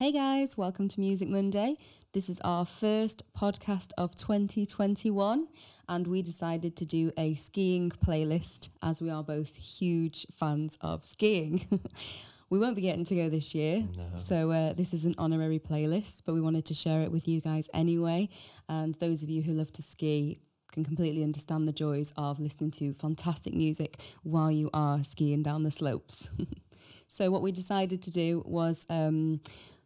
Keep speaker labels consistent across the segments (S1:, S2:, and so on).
S1: Hey guys, welcome to Music Monday. This is our first podcast of 2021, and we decided to do a skiing playlist as we are both huge fans of skiing. we won't be getting to go this year, so uh, this is an honorary playlist, but we wanted to share it with you guys anyway. And those of you who love to ski, can completely understand the joys of listening to fantastic music while you are skiing down the slopes. so, what we decided to do was um,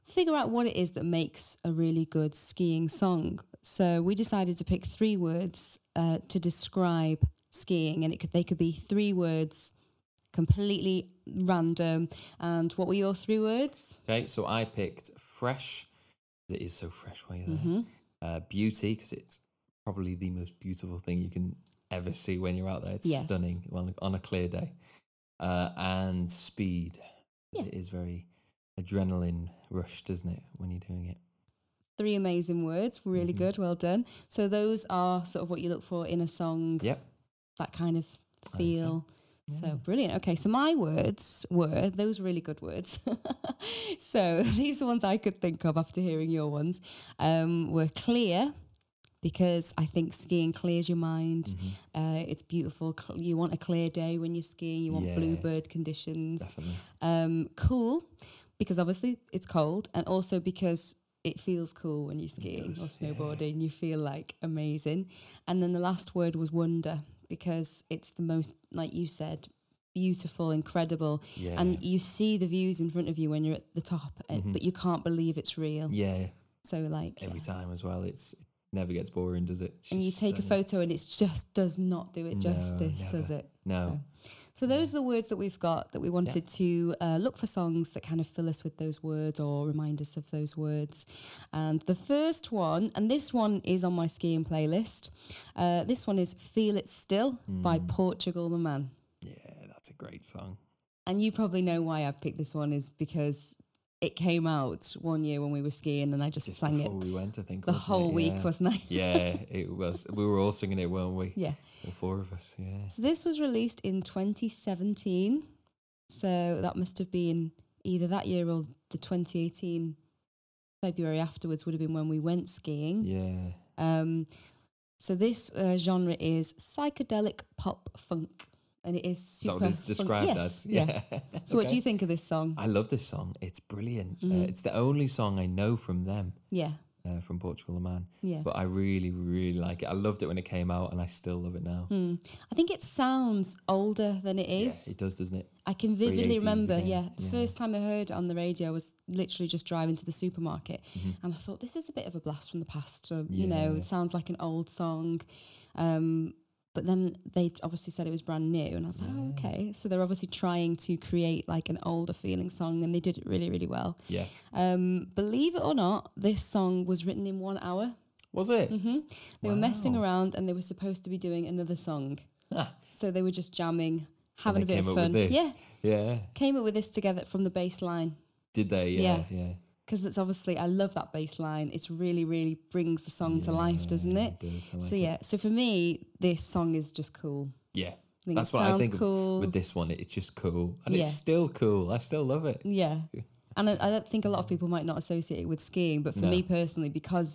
S1: figure out what it is that makes a really good skiing song. So, we decided to pick three words uh, to describe skiing, and it could, they could be three words completely random. And what were your three words?
S2: Okay, so I picked fresh. 'cause It is so fresh while you're there.
S1: Mm-hmm.
S2: Uh, beauty, because it's probably the most beautiful thing you can ever see when you're out there. It's
S1: Yes.
S2: stunning on, on a clear day. Uh, and speed, 'cause
S1: Yeah.
S2: it is very adrenaline rushed, doesn't it, when you're doing it?
S1: Three amazing words, really
S2: Mhm.
S1: good, well done. So, those are sort of what you look for in a song.
S2: Yep.
S1: that kind of
S2: so.
S1: feel. So
S2: Yeah.
S1: brilliant. Okay, so my words were those were really good words. so these are ones I could think of after hearing your ones. Um, were clear because I think skiing clears your mind.
S2: Mhm,
S1: Uh, it's beautiful. cl- You want a clear day when you're skiing. You want
S2: Yeah.
S1: bluebird conditions
S2: Definitely.
S1: um, cool because obviously it's cold and also because it feels cool when you're skiing or
S2: does, yeah.
S1: snowboarding you feel like amazing and then the last word was wonder because it's the most like you said beautiful incredible
S2: Yeah.
S1: and you see the views in front of you when you're at the top eh,
S2: Mhm.
S1: but you can't believe it's real
S2: yeah,
S1: so like
S2: every
S1: yeah.
S2: time as well. It's, it never gets boring, does it? It's
S1: and you
S2: just
S1: take a
S2: stunning.
S1: photo and it just does not do it
S2: No,
S1: justice does
S2: never.
S1: it
S2: No.
S1: So those are the words that we've got that we wanted to uh, look for songs that kind of fill us with those words or remind us of those words. And the first one, and this one is on my skiing playlist. Uh, this one is "Feel It Still" by
S2: Mm.
S1: Portugal the Man.
S2: Yeah, that's a great song.
S1: And you probably know why I've picked this one is because it came out one year when we were skiing, and I just,
S2: Just
S1: sang it
S2: before we went, I think.
S1: the
S2: wasn't it?
S1: whole week,
S2: Yeah.
S1: wasn't I?
S2: Yeah, it was. We were all singing it, weren't we?
S1: yeah.
S2: The four of us. Yeah.
S1: So this was released in 2017. So that must have been either that year or the 2018 February afterwards would have been when we went skiing.
S2: Yeah.
S1: Um, so this uh, genre is psychedelic pop funk, and it is
S2: So
S1: super.
S2: it is
S1: funk-
S2: described
S1: yes,
S2: as. Yeah.
S1: So what do
S2: Okay.
S1: you think of this song?
S2: I love this song. It's brilliant.
S1: Mhm.
S2: Uh, it's the only song I know from them,
S1: Yeah,
S2: uh, from Portugal the Man.
S1: yeah.
S2: But I really, really like it. I loved it when it came out, and I still love it now.
S1: Hmm. I think it sounds older than it
S2: Yeah,
S1: is.
S2: it does, doesn't it?
S1: I can vividly
S2: 380s
S1: remember,
S2: again,
S1: yeah, the
S2: yeah.
S1: first time I heard it on the radio was literally just driving to the supermarket, and I thought this is a bit of a blast from the past. So, You know,
S2: Mm-hmm. Yeah.
S1: it sounds like an old song, um, but then they obviously said it was brand new, and I was like, oh, okay. So they're obviously trying to create like an older feeling song, and they did it really, really well.
S2: Yeah.
S1: Um, believe it or not, this song was written in one hour.
S2: Was it?
S1: hmm They were messing
S2: Wow.
S1: around, and they were supposed to be doing another song,
S2: Ah,
S1: so they were just jamming,
S2: and
S1: having a
S2: they
S1: bit
S2: came
S1: of
S2: up
S1: fun.
S2: With this.
S1: Yeah
S2: Yeah.
S1: came up with this together from the bass line
S2: Did they? Yeah. Yeah.
S1: because it's obviously I love that bass line. It's really really brings the song to life, doesn't
S2: Yeah,
S1: it?
S2: does. I like
S1: so
S2: it.
S1: yeah, so for me this song is just cool.
S2: Yeah.
S1: I think
S2: That's
S1: it
S2: what
S1: sounds
S2: I think of
S1: cool.
S2: with this one. It's just cool, and
S1: Yeah.
S2: it's still cool. I still love it.
S1: yeah. And I, I don't think a lot of people might not associate it with skiing, but for
S2: No.
S1: me personally, because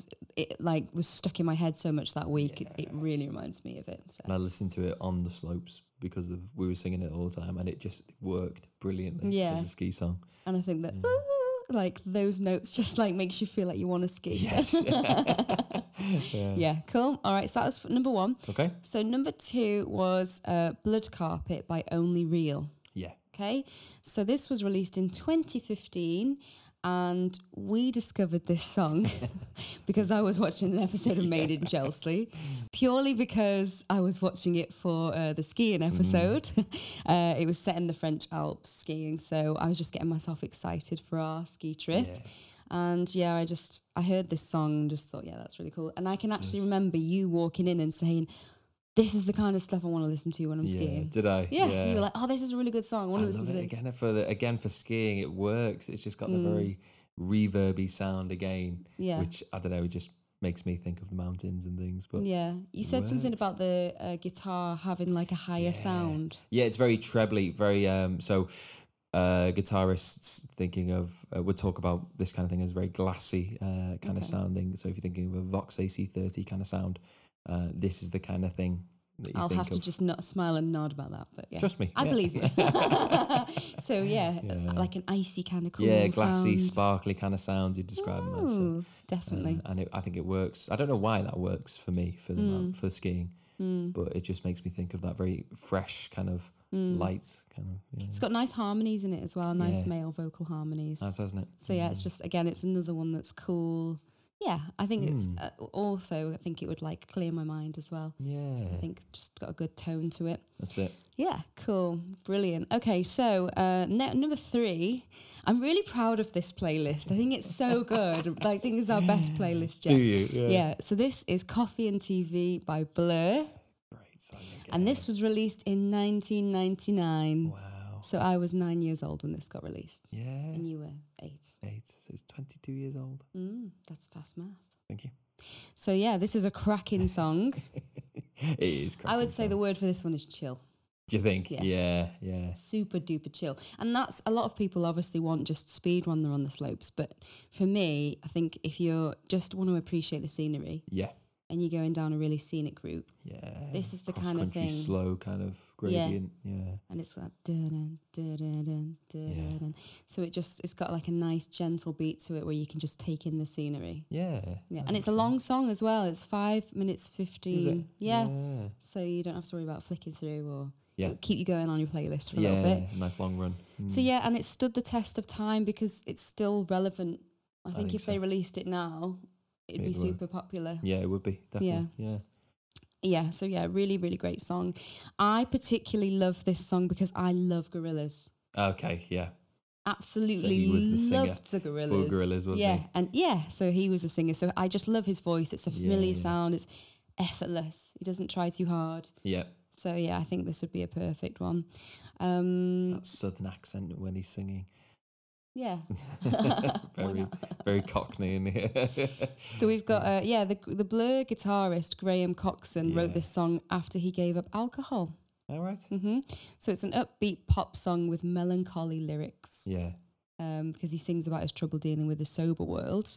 S1: it like was stuck in my head so much that week, it, it really reminds me of it. So.
S2: And I listened to it on the slopes because of we were singing it all the time, and it just worked brilliantly
S1: Yeah.
S2: as a ski song.
S1: And I think that
S2: Mm.
S1: "Ooh," like those notes just like makes you feel like you want to ski.
S2: Yes. yeah.
S1: yeah, cool. All right, so that was f- number one.
S2: Okay.
S1: So number two was uh, Blood Carpet by Only Real.
S2: Yeah.
S1: Okay, so this was released in 2015, and we discovered this song because I was watching an episode of Made in Chelsea, purely because I was watching it for uh, the skiing episode. uh, it was set in the French Alps skiing, so I was just getting myself excited for our ski trip.
S2: Yeah.
S1: And yeah, I just I heard this song and just thought, yeah, that's really cool. And I can actually remember you walking in and saying, "This is the kind of stuff I want to listen to when I'm
S2: Yeah.
S1: skiing."
S2: Did I?
S1: Yeah, you were like, "Oh, this is a really good song. I want
S2: I
S1: to listen
S2: love
S1: to
S2: it
S1: this."
S2: again for the again for skiing. It works. It's just got the very reverby sound
S1: Mm.
S2: again,
S1: Yeah,
S2: which I don't know. It just makes me think of the mountains and things. But
S1: yeah. You said something
S2: works.
S1: about the uh, guitar having like a higher
S2: Yeah.
S1: sound.
S2: Yeah, it's very trebly, very um so uh, guitarists thinking of uh, would talk about this kind of thing as very glassy uh, kind
S1: Okay.
S2: of sounding. So if you're thinking of a Vox AC30 kind of sound, uh, this is the kind of thing that you
S1: I'll
S2: think
S1: have
S2: of.
S1: to just not smile and nod about that, but yeah.
S2: Trust me,
S1: I
S2: yeah.
S1: believe you. so yeah, uh,
S2: Yeah.
S1: like an icy kind of cool
S2: yeah, glassy,
S1: sound.
S2: sparkly kind of sound you're describing. there, so,
S1: Ooh,
S2: uh,
S1: definitely.
S2: and it, I think it works. I don't know why that works for me for the mount- for skiing,
S1: Mm,
S2: but it just makes me think of that very fresh kind of
S1: mm.
S2: light kind of. Yeah.
S1: It's got nice harmonies in it as well, nice
S2: Yeah.
S1: male vocal harmonies.
S2: Nice, hasn't it?
S1: So yeah,
S2: Mm.
S1: it's just again, it's another one that's cool. Yeah, I think
S2: Mm.
S1: it's uh, also I think it would like clear my mind as well.
S2: yeah.
S1: I think just got a good tone to it.
S2: That's it.
S1: Yeah, cool, brilliant. Okay, so uh, ne- number three, I'm really proud of this playlist. I think it's so good. I think it's our best playlist yet.
S2: Do you? Yeah.
S1: Yeah, so this is Coffee and TV by Blur,
S2: Great. Simon
S1: and
S2: Gay.
S1: this was released in 1999.
S2: Wow.
S1: So I was nine years old when this got released,
S2: Yeah.
S1: and you were eight.
S2: Eight. So it's 22 years old.
S1: Mm, that's fast math.
S2: Thank you.
S1: So yeah, this is a cracking song.
S2: It is.
S1: I would
S2: cracking
S1: say
S2: sound.
S1: the word for this one is chill.
S2: Do you think?
S1: Yeah.
S2: Yeah. Yeah. Yeah.
S1: Super duper chill. And that's a lot of people obviously want just speed when they're on the slopes, but for me, I think if you just want to appreciate the scenery
S2: Yeah.
S1: and you're going down a really scenic route This is the kind of
S2: Cross-country,
S1: thing-
S2: Slow kind of
S1: Yeah.
S2: gradient. Yeah.
S1: and it's like dun dun dun dun dun. So it just it's got like a nice gentle beat to it where you can just take in the scenery.
S2: Yeah.
S1: Yeah.
S2: that
S1: And it's a
S2: makes
S1: long song as well. It's five minutes
S2: sense. Is it?
S1: fifteen. Yeah.
S2: Yeah.
S1: So you don't have to worry about flicking through or
S2: Yeah.
S1: it'll keep you going on your playlist for a
S2: yeah.
S1: little bit.
S2: Nice long run.
S1: So
S2: Mm.
S1: yeah, and it stood the test of time because it's still relevant. I think,
S2: think
S1: if they
S2: so.
S1: released it now, it'd be
S2: It would.
S1: super popular.
S2: Yeah, it would be definitely. Yeah.
S1: Yeah, so yeah, really, really great song. I particularly love this song because I love gorillas.
S2: Okay. Yeah.
S1: Absolutely
S2: was the singer
S1: loved the gorillas.
S2: Gorillaz, wasn't
S1: yeah,
S2: he?
S1: and yeah, so he was a singer. So I just love his voice. It's a
S2: Yeah,
S1: familiar
S2: yeah.
S1: sound. It's effortless. He doesn't try too hard.
S2: Yeah.
S1: So yeah, I think this would be a perfect one. Um,
S2: That southern accent when he's singing.
S1: yeah.
S2: very, very cockney in here.
S1: So we've got uh, yeah the the Blur guitarist Graham Coxon wrote
S2: Yeah.
S1: this song after he gave up alcohol.
S2: All right.
S1: hmm So it's an upbeat pop song with melancholy lyrics
S2: Yeah.
S1: um, because he sings about his trouble dealing with the sober world.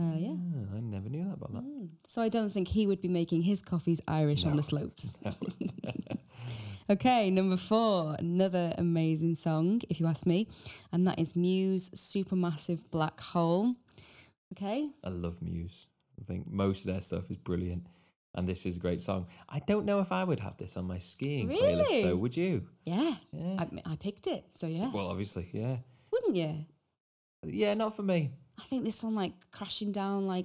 S1: Uh, yeah.
S2: Ah, I never knew that about that.
S1: Mm. So I don't think he would be making his coffees Irish on the
S2: No.
S1: slopes.
S2: No.
S1: Okay, number four, another amazing song, if you ask me, and that is Muse Supermassive Black Hole. Okay,
S2: I love Muse. I think most of their stuff is brilliant, and this is a great song. I don't know if I would have this on my skiing playlist,
S1: Really?
S2: though. Would you?
S1: yeah,
S2: Yeah.
S1: I, I picked it, so yeah,
S2: Well, obviously, yeah.
S1: wouldn't you?
S2: Yeah, not for me.
S1: I think this one like crashing down like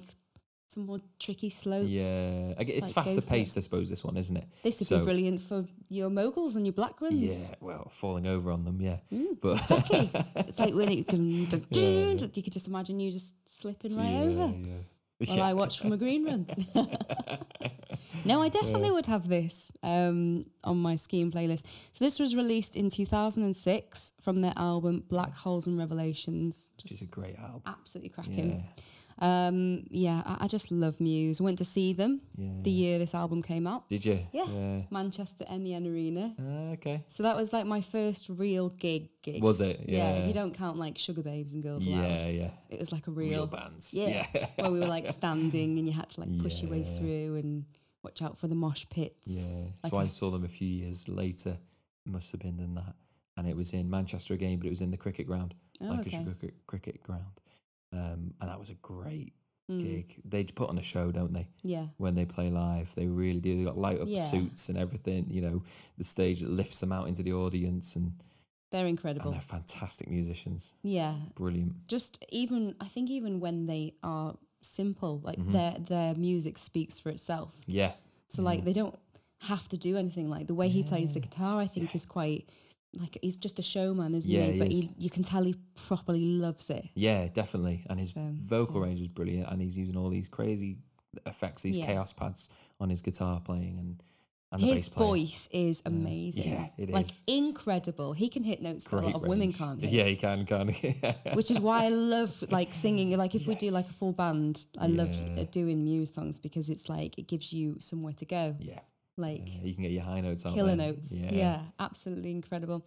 S1: some more tricky slopes.
S2: Yeah, I g- it's
S1: Oh, like, go
S2: faster
S1: for it.
S2: paced, I suppose. This one, isn't it?
S1: This would be
S2: So-
S1: brilliant for your moguls and your black runs.
S2: Yeah. Well, falling over on them. Yeah.
S1: Mm,
S2: But
S1: exactly. it's like when it dun, dun,
S2: Yeah,
S1: dun,
S2: yeah.
S1: dun, you could just imagine you just slipping right
S2: yeah,
S1: over
S2: yeah.
S1: while
S2: Yeah.
S1: I watch from a green run. no, I definitely would have this um, on my skiing playlist. So this was released in 2006 from their album Black Holes and Revelations.
S2: Which is a great album.
S1: Absolutely
S2: Yeah.
S1: cracking. Um, yeah, I, I just love Muse. Went to see them
S2: Yeah.
S1: the year this album came out,
S2: Did you?
S1: Yeah.
S2: Yeah.
S1: Manchester MEN Arena.
S2: Ah, okay.
S1: So that was like my first real gig. gig.
S2: Was it?
S1: yeah.
S2: Yeah.
S1: if you don't count like Sugar Babes and Girls
S2: yeah,
S1: Aloud,
S2: yeah.
S1: it was like a
S2: Real,
S1: real,
S2: bands.
S1: Yeah.
S2: Yeah.
S1: where we were like standing and you had to like push your way
S2: Yeah.
S1: through and watch out for the mosh pits.
S2: Yeah.
S1: Like
S2: so
S1: a-
S2: I saw them a few years later. Must have been in that, and it was in Manchester again, but it was in the cricket ground,
S1: Oh,
S2: like
S1: okay.
S2: a cricket cricket ground. Um, and that was a great
S1: Mm,
S2: gig. They put on a show, don't they?
S1: yeah.
S2: When they play live, they really do. They got light up
S1: Yeah.
S2: suits and everything. You know, the stage that lifts them out into the audience, and,
S1: They're
S2: and
S1: incredible.
S2: they're fantastic musicians.
S1: Yeah.
S2: Brilliant.
S1: Just even I think even when they are simple, like
S2: Mhm.
S1: their their music speaks for itself.
S2: Yeah.
S1: So like
S2: Yeah.
S1: they don't have to do anything. Like the way he plays the
S2: Mm. Yeah.
S1: guitar, I think
S2: Yeah.
S1: is quite like he's just a showman, isn't
S2: Yeah,
S1: he?
S2: he
S1: But
S2: is.
S1: he, you can tell he properly loves it.
S2: Yeah, definitely. And his
S1: So,
S2: vocal
S1: yeah.
S2: range is brilliant, and he's using all these crazy effects, these
S1: Yeah.
S2: chaos pads on his guitar playing and and the
S1: His
S2: bass player.
S1: voice is amazing.
S2: yeah, it
S1: like
S2: is.
S1: incredible. He can hit notes that a lot of women
S2: range.
S1: can't hit.
S2: Yeah, he can, can.
S1: Which is why I love like singing. Like if we do like a
S2: Yes.
S1: full band, I love
S2: Yeah.
S1: uh, doing Muse songs because it's like it gives you somewhere to go.
S2: yeah,
S1: Like
S2: yeah, you can get your high notes out.
S1: killer
S2: there.
S1: notes. Yeah. absolutely incredible.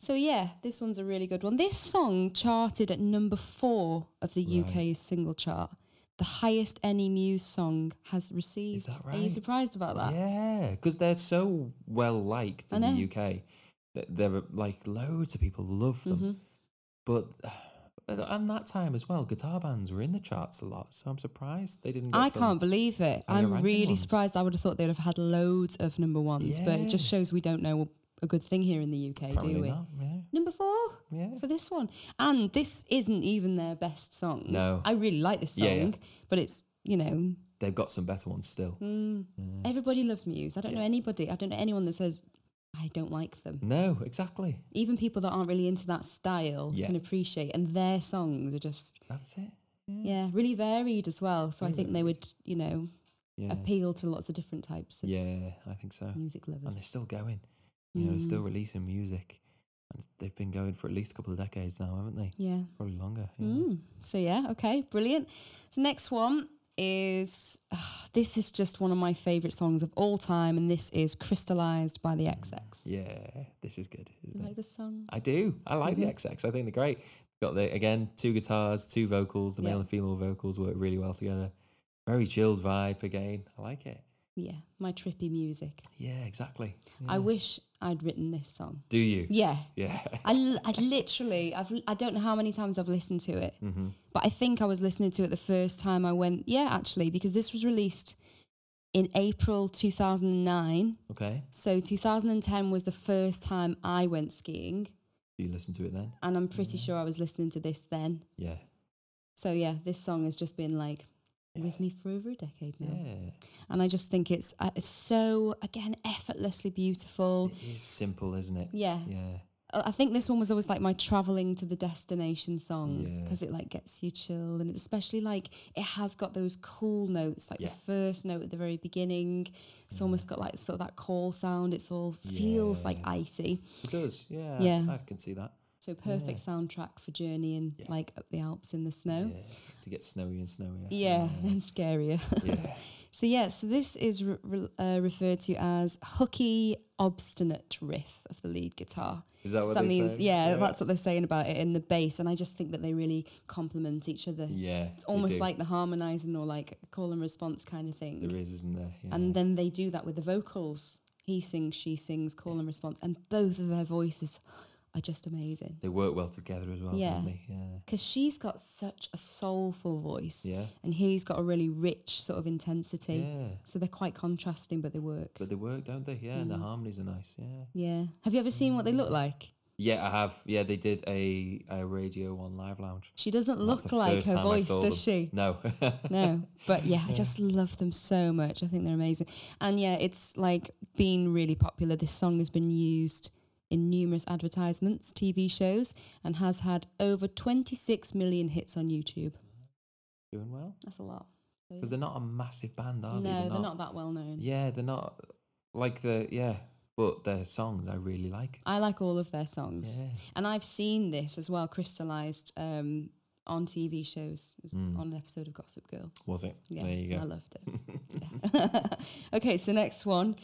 S1: So yeah, this one's a really good one. This song charted at number four of the
S2: Right.
S1: UK's single chart, the highest any Muse song has received.
S2: that
S1: Are you
S2: right?
S1: surprised about that?
S2: Yeah, because they're so well liked
S1: I
S2: in
S1: know.
S2: the UK. Th- There are like loads of people love them.
S1: Mhm.
S2: But and that time as well, guitar bands were in the charts a lot. So I'm surprised they didn't. Get
S1: I
S2: some-
S1: can't believe it.
S2: higher
S1: I'm
S2: ranking
S1: really
S2: ones.
S1: surprised. I would have thought they'd have had loads of number ones, but it just
S2: Yeah.
S1: shows we don't know a good thing here in the UK,
S2: Apparently
S1: do we?
S2: not. Yeah,
S1: Number four
S2: yeah.
S1: for this one. And this isn't even their best song.
S2: No.
S1: I really like this song,
S2: Yeah, yeah.
S1: but it's, you know,
S2: They've got some better ones still.
S1: mm,
S2: Yeah.
S1: everybody loves Muse. I don't know anybody. I don't know anyone that says, I don't like them.
S2: No, exactly.
S1: Even people that aren't really into that style
S2: Yeah.
S1: can appreciate, and their songs are just,
S2: That's it.
S1: yeah, really varied as well. So I
S2: Very
S1: think they would, you know,
S2: Yeah.
S1: appeal to lots of different types of
S2: Yeah, I think so.
S1: music
S2: And
S1: lovers.
S2: they're still going. You know, they're still
S1: Mm.
S2: releasing music. And they've been going for at least a couple of decades now, haven't they?
S1: Yeah.
S2: Probably longer. yeah.
S1: Mm. So yeah, okay, brilliant. So next one is ah, this is just one of my favorite songs of all time, and this is "Crystallized" by the XX.
S2: Yeah, this is good,
S1: You
S2: isn't
S1: like
S2: it?
S1: this song?
S2: I do. I like
S1: Mhm.
S2: the XX. I think they're great. Got the again two guitars, two vocals. The male
S1: Yeah.
S2: and female vocals work really well together. Very chilled vibe again. I like it.
S1: Yeah, my trippy music.
S2: Yeah, exactly.
S1: I
S2: Yeah.
S1: wish I'd written this song.
S2: Do you?
S1: Yeah,
S2: Yeah.
S1: I, l- I literally I've l- I don't know how many times I've listened to it,
S2: hmm
S1: but I think I was listening to it the first time I went. Yeah, actually, because this was released in April 2009.
S2: Okay.
S1: So 2010 was the first time I went skiing,
S2: Do you listen to it then?
S1: and I'm pretty
S2: Yeah.
S1: sure I was listening to this then.
S2: Yeah.
S1: So yeah, this song has just been like with me for over a decade now,
S2: Yeah.
S1: and I just think it's uh, it's so again effortlessly beautiful.
S2: It is simple, isn't it?
S1: Yeah,
S2: Yeah.
S1: Uh, I think this one was always like my traveling to the destination song
S2: Yeah.
S1: because it like gets you chilled, and especially like it has got those cool notes, like
S2: Yeah.
S1: the first note at the very beginning. It's
S2: Yeah.
S1: almost got like sort of that call sound. It's all feels like
S2: Yeah.
S1: icy.
S2: It does. Yeah.
S1: Yeah.
S2: I can see that.
S1: So perfect soundtrack for journeying
S2: Yeah.
S1: like up the Alps in the snow.
S2: Yeah. To get snowy and snowier.
S1: Yeah, and scarier.
S2: Yeah.
S1: so yeah, so this is re- re- uh, referred to as hooky, obstinate riff of the lead guitar.
S2: Is that
S1: So
S2: what
S1: that
S2: they
S1: means,
S2: say?
S1: yeah, that's what they're saying about it in the bass, and I just think that they really complement each other.
S2: Yeah.
S1: It's
S2: they
S1: almost
S2: do.
S1: like the harmonising or like call and response kind of thing.
S2: there is, isn't there? Yeah.
S1: And then they do that with the vocals. He sings, she sings, call and response, and both of their voices are just amazing.
S2: they work well together as well,
S1: Yeah.
S2: don't they? Yeah.
S1: because she's got such a soulful voice
S2: Yeah.
S1: and he's got a really rich sort of intensity
S2: Yeah.
S1: so they're quite contrasting but they work
S2: But they work, don't they? Yeah,
S1: Mm.
S2: and the harmonies are nice. Yeah.
S1: yeah have you ever seen what they
S2: Mm.
S1: look like
S2: Yeah, I have. Yeah, they did a, a radio one live lounge.
S1: she doesn't
S2: That's
S1: look
S2: the
S1: like
S2: first
S1: her
S2: time I
S1: voice
S2: saw
S1: does
S2: them.
S1: she
S2: No.
S1: no but yeah i just love them so much i think they're amazing and yeah it's like been really popular this song has been used in numerous advertisements tv shows and has had over 26 million hits on youtube
S2: Doing well.
S1: that's a lot So, yeah.
S2: Because they're not a massive band, are
S1: no
S2: they?
S1: they're not that well known
S2: Yeah, they're not like the yeah, but their songs I really like.
S1: i like all of their songs
S2: Yeah.
S1: And I've seen this as well crystallized um, on TV shows. It was
S2: Mm.
S1: on an episode of Gossip Girl.
S2: Was it?
S1: Yeah,
S2: There you
S1: and I
S2: go.
S1: loved it. Yeah. okay, so next one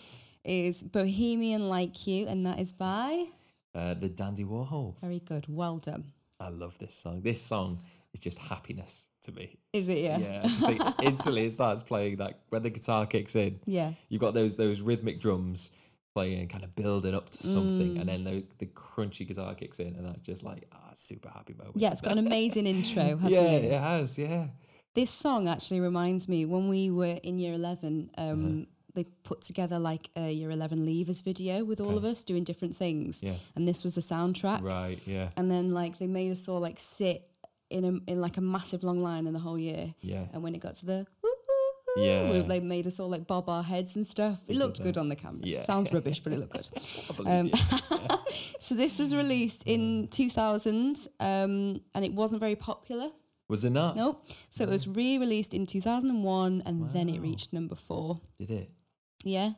S1: is Bohemian Like You, and that is by.
S2: Uh, the Dandy Warhols.
S1: Very good. Well done.
S2: I love this song. This song is just happiness to me.
S1: Is it? Yeah.
S2: Yeah, I just think instantly it starts playing that when the guitar kicks in.
S1: Yeah.
S2: You've got those those rhythmic drums playing, kind of building up to something, and
S1: Mm.
S2: then the, the crunchy guitar kicks in, and that's just like ah, super happy moment.
S1: Yeah, it's got an amazing intro, hasn't
S2: yeah,
S1: it?
S2: it has. Yeah,
S1: This song actually reminds me when we were in year 11, um,
S2: Uh-huh.
S1: they put together like a year 11 leavers video with all of
S2: Okay.
S1: us doing different things.
S2: yeah,
S1: And this was the soundtrack.
S2: right, yeah,
S1: and then like they made us all like sit in a in like a massive long line in the whole year
S2: yeah.
S1: and when it got to the woo, woo, woo,
S2: Yeah.
S1: they made us all like bob our heads and stuff it
S2: did
S1: looked good
S2: that.
S1: on the camera
S2: Yeah.
S1: sounds rubbish but it looked good
S2: I believe
S1: um,
S2: you.
S1: so this was released in 2000 um, and it wasn't very popular
S2: Was it not?
S1: nope so it was re-released in 2001 and then it
S2: Oh. Wow.
S1: reached number four
S2: Did it?
S1: yeah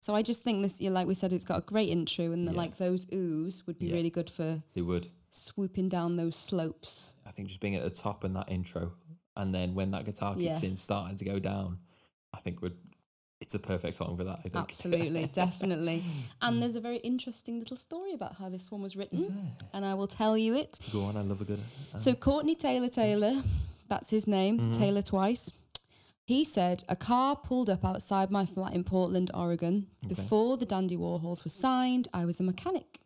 S1: so i just think this yeah, like we said it's got a great intro and the,
S2: Yeah.
S1: like those oohs would be
S2: Yeah.
S1: really good for
S2: They would.
S1: swooping down those slopes
S2: I think just being at the top and that intro, and then when that guitar kicks
S1: Yeah.
S2: in, starting to go down, I think would it's a perfect song for that. I think.
S1: Absolutely, definitely. And there's a very interesting little story about how this one was
S2: Hmm. Is
S1: written,
S2: there?
S1: and I will tell you it.
S2: Go on, I love a good. uh,
S1: So Courtney Taylor Taylor, that's his name,
S2: Mm-hmm.
S1: Taylor twice. He said a car pulled up outside my flat in Portland, Oregon. Before the Dandy Warhols were signed, I was a mechanic.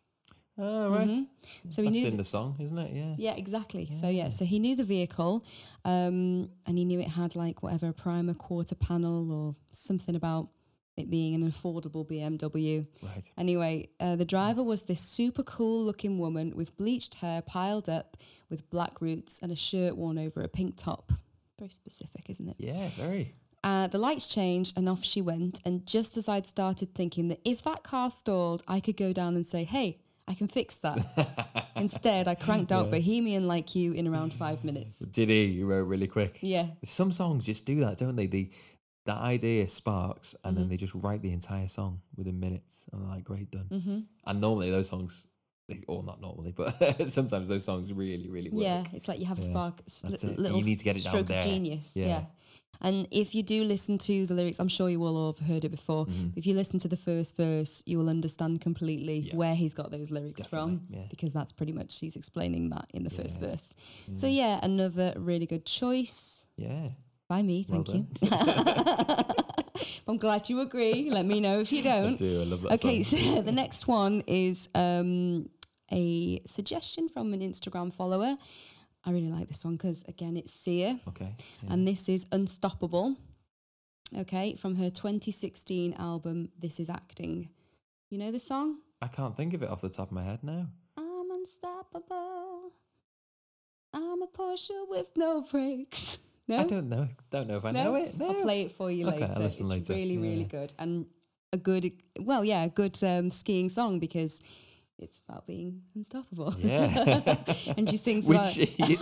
S2: oh, right.
S1: mm-hmm. So he
S2: That's
S1: knew
S2: in the song, isn't it? Yeah.
S1: Yeah, exactly. So yeah, so he knew the vehicle, um, and he knew it had like whatever a primer quarter panel or something about it being an affordable BMW.
S2: Right.
S1: Anyway, uh, the driver was this super cool looking woman with bleached hair piled up with black roots and a shirt worn over a pink top. Very specific, isn't it?
S2: Yeah, very.
S1: Uh, the lights changed and off she went. And just as I'd started thinking that if that car stalled, I could go down and say, hey, I can fix that. Instead, I cranked out Bohemian Like You in around five minutes.
S2: Did he? You wrote really quick.
S1: Yeah,
S2: Some songs just do that, don't they? The the idea sparks, and
S1: Mm-hmm.
S2: then they just write the entire song within minutes, and they're like, "Great, done." Mm-hmm. And normally those songs, they, or not normally, but sometimes those songs really, really work.
S1: Yeah, it's like you have a
S2: Yeah,
S1: spark, s-
S2: that's
S1: li-
S2: it. You
S1: little
S2: need to get it down
S1: stroke of
S2: there.
S1: genius. Yeah.
S2: Yeah.
S1: And if you do listen to the lyrics, I'm sure you will all have heard it before. If you listen to the first verse, you will understand completely
S2: Mm-hmm. Yeah.
S1: where he's got those lyrics
S2: Definitely,
S1: from,
S2: yeah.
S1: because that's pretty much he's explaining that in the first
S2: Yeah,
S1: verse. So yeah, another really good choice
S2: Yeah.
S1: by me.
S2: Well
S1: Thank you. I'm glad you agree. Let me know if you
S2: I
S1: don't.
S2: do. I love that
S1: Okay,
S2: song.
S1: so the next one is um, a suggestion from an Instagram follower. I really like this one because, again, it's Sia,
S2: Okay. yeah.
S1: and this is Unstoppable. Okay, from her 2016 album, This Is Acting. You know the song?
S2: I can't think of it off the top of my head now.
S1: I'm unstoppable. I'm a Porsche with no brakes. No?
S2: I don't know. Don't know if I know it. No.
S1: I'll play it for you
S2: Okay,
S1: later.
S2: I'll listen
S1: it's
S2: later.
S1: really, really
S2: Yeah.
S1: good and a good, well, yeah, a good um, skiing song because it's about being unstoppable.
S2: Yeah.
S1: and she sings about,
S2: Which you,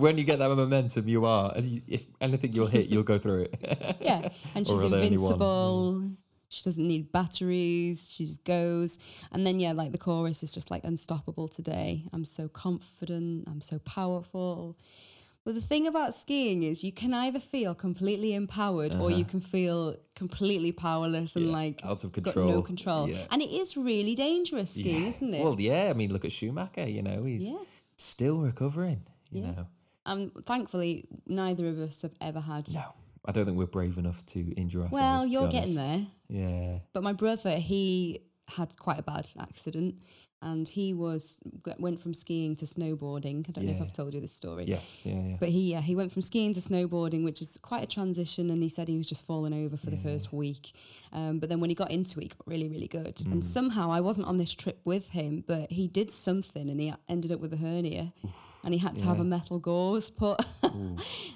S2: when you get that momentum, you are. And you, if anything you'll hit, you'll go through it.
S1: yeah, and she's
S2: are they only one? Hmm.
S1: invincible. She doesn't need batteries. She just goes. And then, yeah, like the chorus is just like unstoppable today. I'm so confident. I'm so powerful. But the thing about skiing is you can either feel completely empowered or you can feel completely powerless and
S2: Uh-huh. Yeah,
S1: like
S2: out of
S1: Got no
S2: control.
S1: control.
S2: Yeah.
S1: And it is really dangerous skiing,
S2: Yeah.
S1: isn't it?
S2: Well, yeah. I mean, look at Schumacher. You know, he's
S1: Yeah.
S2: still recovering. You
S1: Yeah.
S2: know,
S1: um, thankfully, neither of us have ever had.
S2: no, I don't think we're brave enough to injure ourselves.
S1: well,
S2: to be
S1: you're getting
S2: honest.
S1: there.
S2: Yeah.
S1: But my brother, he had quite a bad accident, and he was g- went from skiing to snowboarding. I don't know if
S2: Yeah.
S1: I've told you this story.
S2: Yes. Yeah. Yeah.
S1: But he yeah, he went from skiing to snowboarding, which is quite a transition. And he said he was just falling over for the first week, um, but then when he got into it, he got really really good.
S2: Mm.
S1: And somehow I wasn't on this trip with him, but he did something, and he a- ended up with a hernia, and he had to have a metal gauze put.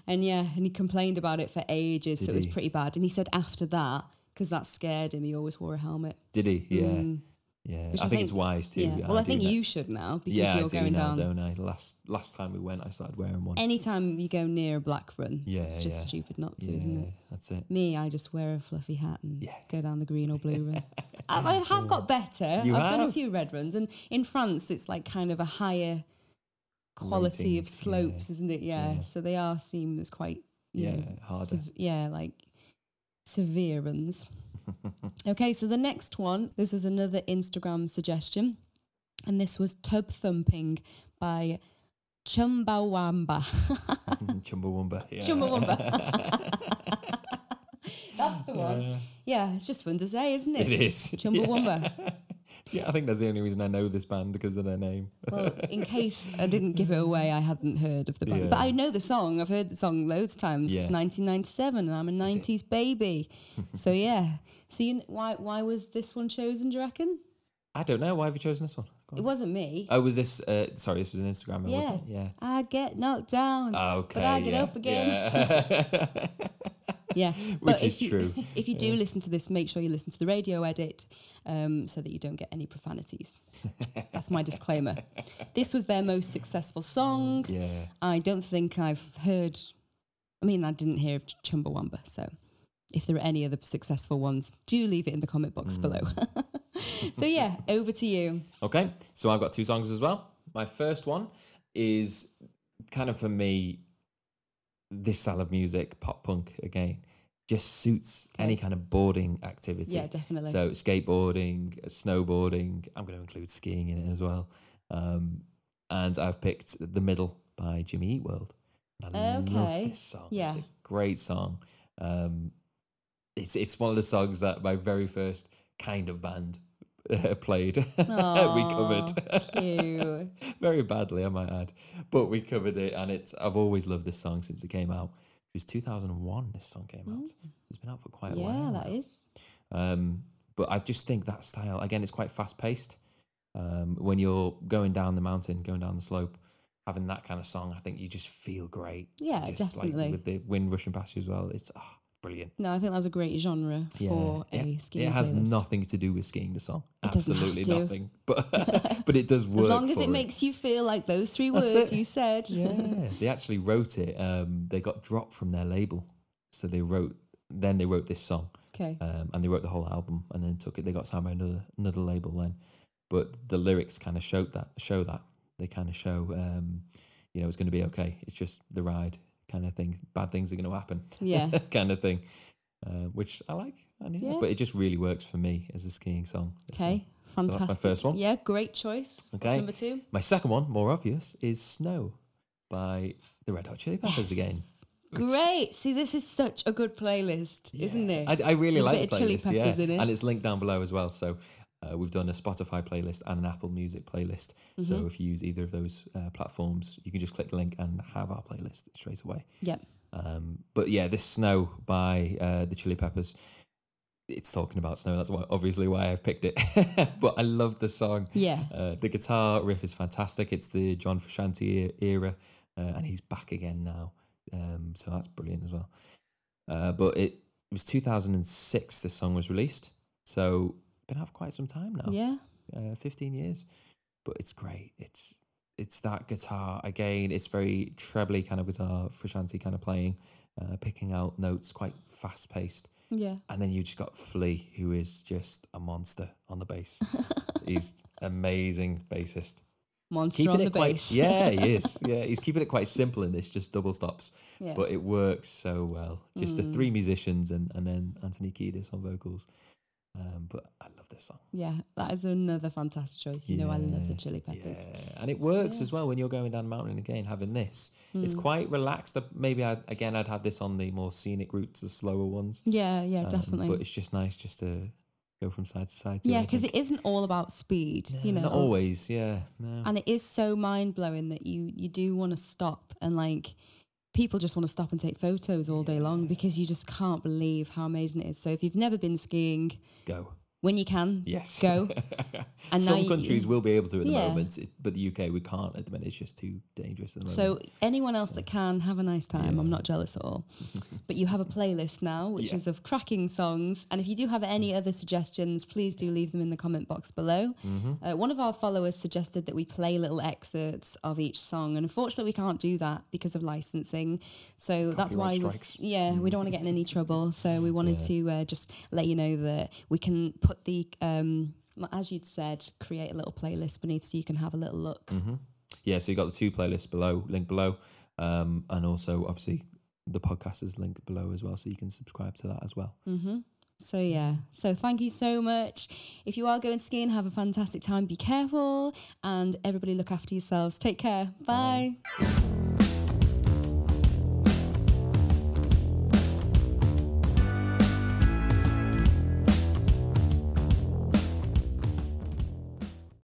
S1: and yeah, and he complained about it for ages. so
S2: Did
S1: it was
S2: he?
S1: pretty bad. And he said after that, because that scared him, he always wore a helmet.
S2: Did he? Yeah.
S1: Mm,
S2: Yeah.
S1: Which
S2: I
S1: I
S2: think, it's
S1: think-
S2: wise to.
S1: yeah. Well, I,
S2: do
S1: think
S2: know-
S1: you should now because
S2: yeah,
S1: you're
S2: I do
S1: going
S2: now,
S1: down.
S2: don't I? Last last time we went, I started wearing one.
S1: Anytime you go near a black run,
S2: Yeah,
S1: it's just
S2: yeah.
S1: stupid not to,
S2: yeah,
S1: isn't it?
S2: that's it.
S1: Me, I just wear a fluffy hat and
S2: Yeah.
S1: go down the green or blue run. I, I have got better.
S2: You
S1: I've done a
S2: have?
S1: few red runs, and in France, it's like kind of a higher quality
S2: Rating,
S1: of
S2: yeah.
S1: slopes, isn't it? Yeah.
S2: Yeah.
S1: So they are seen as quite you
S2: Yeah,
S1: know,
S2: harder.
S1: yeah, like severe runs. okay, so the next one. This was another Instagram suggestion, and this was tub thumping by Chumbawamba.
S2: Chumbawamba. Yeah.
S1: Chumbawamba. That's the one.
S2: Yeah.
S1: Yeah, it's just fun to say, isn't it?
S2: It is.
S1: Chumbawamba.
S2: Yeah. See, I think that's the only reason I know this band because of their name.
S1: Well, in case I didn't give it away, I hadn't heard of the band. But
S2: Yeah.
S1: I know the song. I've heard the song loads of times. It's
S2: Yeah.
S1: 1997 and I'm a 90s baby. so, yeah. So, you kn- why, why was this one chosen, do you reckon?
S2: I don't know. Why have you chosen this one? Go
S1: It
S2: on.
S1: wasn't me.
S2: Oh, was this? Uh, sorry, this was an Instagram, one, wasn't it? Yeah.
S1: I get knocked down.
S2: Ah,
S1: Um,
S2: Okay.
S1: but I get
S2: yeah,
S1: up again.
S2: yeah.
S1: Yeah.
S2: Which
S1: but
S2: is
S1: if you,
S2: true.
S1: If you do listen to this, make sure you listen to the radio edit um, so that you don't get any profanities. That's my disclaimer. This was their most successful song.
S2: yeah.
S1: I don't think I've heard. I mean, I didn't hear of Ch- Chumbawamba. So, if there are any other successful ones, do leave it in the comment
S2: Hmm.
S1: box below. so yeah, over to you.
S2: Okay, so I've got two songs as well. My first one is kind of for me this style of music, pop punk again. just suits any
S1: Okay.
S2: kind of boarding activity.
S1: Yeah, definitely.
S2: So skateboarding, uh, snowboarding. I'm going to include skiing in it as well. Um, and I've picked "The Middle" by Jimmy Eat World. And I love
S1: Okay.
S2: this song. It's
S1: Yeah.
S2: a great song. Um, it's it's one of the songs that my very first kind of band uh, played. we covered
S1: Aw, cute.
S2: very badly, I might add, but we covered it, and it's I've always loved this song since it came out. It was 2001. This song came out. It's been out for quite a
S1: yeah,
S2: while.
S1: that
S2: now.
S1: is.
S2: Um, but I just think that style again, it's quite fast paced. Um, when you're going down the mountain, going down the slope, having that kind of song, I think you just feel great.
S1: Yeah,
S2: just
S1: definitely.
S2: like with the wind rushing past you as well, it's ah, brilliant.
S1: no, I think that's a great genre
S2: Yeah,
S1: for
S2: it-
S1: a skiing
S2: it has
S1: playlist.
S2: nothing to do with skiing. The song,
S1: It doesn't have
S2: absolutely
S1: to.
S2: nothing, but but it does work.
S1: as long as
S2: for
S1: it makes you feel like those three
S2: That's
S1: words
S2: it.
S1: you said.
S2: yeah, they actually wrote it. Um, they got dropped from their label, so they wrote. Then they wrote this song,
S1: okay.
S2: um, and they wrote the whole album, and then took it. They got signed by another another label then, but the lyrics kind of showed that. Show that they kind of show. Um, you know, it's going to be okay. It's just the ride kind of thing. Bad things are going to happen.
S1: Yeah.
S2: kind of thing, uh, which I like. And yeah,
S1: Yeah.
S2: but it just really works for me as a skiing song. uh, this one.
S1: Okay.
S2: that's
S1: Fantastic.
S2: my first one.
S1: Yeah, great choice. What's
S2: Okay.
S1: number two.
S2: My second one, more obvious, is "Snow" by the Red Hot Chili Peppers again. Which-
S1: Great. See, this is such a good playlist, isn't
S2: Yeah.
S1: it?
S2: I, I really
S1: With a
S2: like
S1: bit
S2: the
S1: of Chili
S2: playlist, yeah,
S1: Peppers in it.
S2: and it's linked down below as well. So uh, we've done a Spotify playlist and an Apple Music playlist.
S1: Mm-hmm.
S2: So if you use either of those uh, platforms, you can just click the link and have our playlist straight away.
S1: Yep.
S2: Um, but yeah, this "Snow" by uh, the Chili Peppers. It's talking about snow. That's why, obviously, why I've picked it. but I love the song.
S1: Yeah.
S2: Uh, the guitar riff is fantastic. It's the John Frusciante e- era, uh, and he's back again now. Um, so that's brilliant as well. Uh, but it, it was 2006 this song was released, so been out for quite some time now,
S1: Yeah.
S2: uh, 15 years. But it's great. It's it's that guitar again. It's very trebly kind of guitar, Frusciante kind of playing, uh, picking out notes, quite fast paced.
S1: Yeah.
S2: And then you just got Flea, who is just a monster on the bass. He's amazing bassist.
S1: Monster
S2: Keeping
S1: on
S2: it
S1: the
S2: quite,
S1: bass.
S2: yeah, he is. Yeah, he's keeping it quite simple in this, just double stops,
S1: Yeah.
S2: but it works so well. Just the
S1: Mm.
S2: three musicians and and then Anthony Kiedis on vocals. Um, but I love this song.
S1: yeah. That is another fantastic choice. You know, I love the
S2: Yeah,
S1: Chili Peppers.
S2: Yeah, and it works
S1: Yeah.
S2: as well when you're going down the mountain again, having this. It's
S1: Mm.
S2: quite relaxed. Uh, Maybe I, again I'd have this on the more scenic routes, the slower ones.
S1: Yeah. Yeah.
S2: Um,
S1: definitely.
S2: But it's just nice just to go from side to side. Too,
S1: yeah,
S2: I
S1: because
S2: think.
S1: it isn't all about speed. you
S2: Yeah,
S1: know, oh.
S2: not always. Yeah, no.
S1: and it is so mind blowing that you you do want to stop and like people just want to stop and take photos all day long because you just can't believe how amazing it is. So if you've never been skiing,
S2: go.
S1: when you can,
S2: Yes.
S1: go. And now
S2: Some
S1: you-
S2: countries will be able to at the
S1: Yeah.
S2: moment, it- but the UK we can't at the minute. It's just too dangerous at the
S1: So
S2: moment.
S1: anyone else that can have a nice time, I'm
S2: Yeah.
S1: not jealous at all. but you have a playlist now, which
S2: Yeah.
S1: is of cracking songs. And if you do have any other suggestions, please do leave them in the comment box below.
S2: Mm-hmm.
S1: Uh, one of our followers suggested that we play little excerpts of each song, and unfortunately, we can't do that because of licensing. So that's why,
S2: Copyright
S1: we've-
S2: strikes. Mm-hmm.
S1: yeah, we don't want to get in any trouble. So we wanted
S2: Yeah.
S1: to uh, just let you know that we can put the. Um, as you'd said, create a little playlist beneath so you can have a little look.
S2: yeah, so you got the two playlists below, link below, um, and also obviously the podcast is linked below as well, so you can subscribe to that as well.
S1: So yeah, so thank you so much. If you are going skiing, have a fantastic time. Be careful, and everybody look after yourselves. Take care. Bye.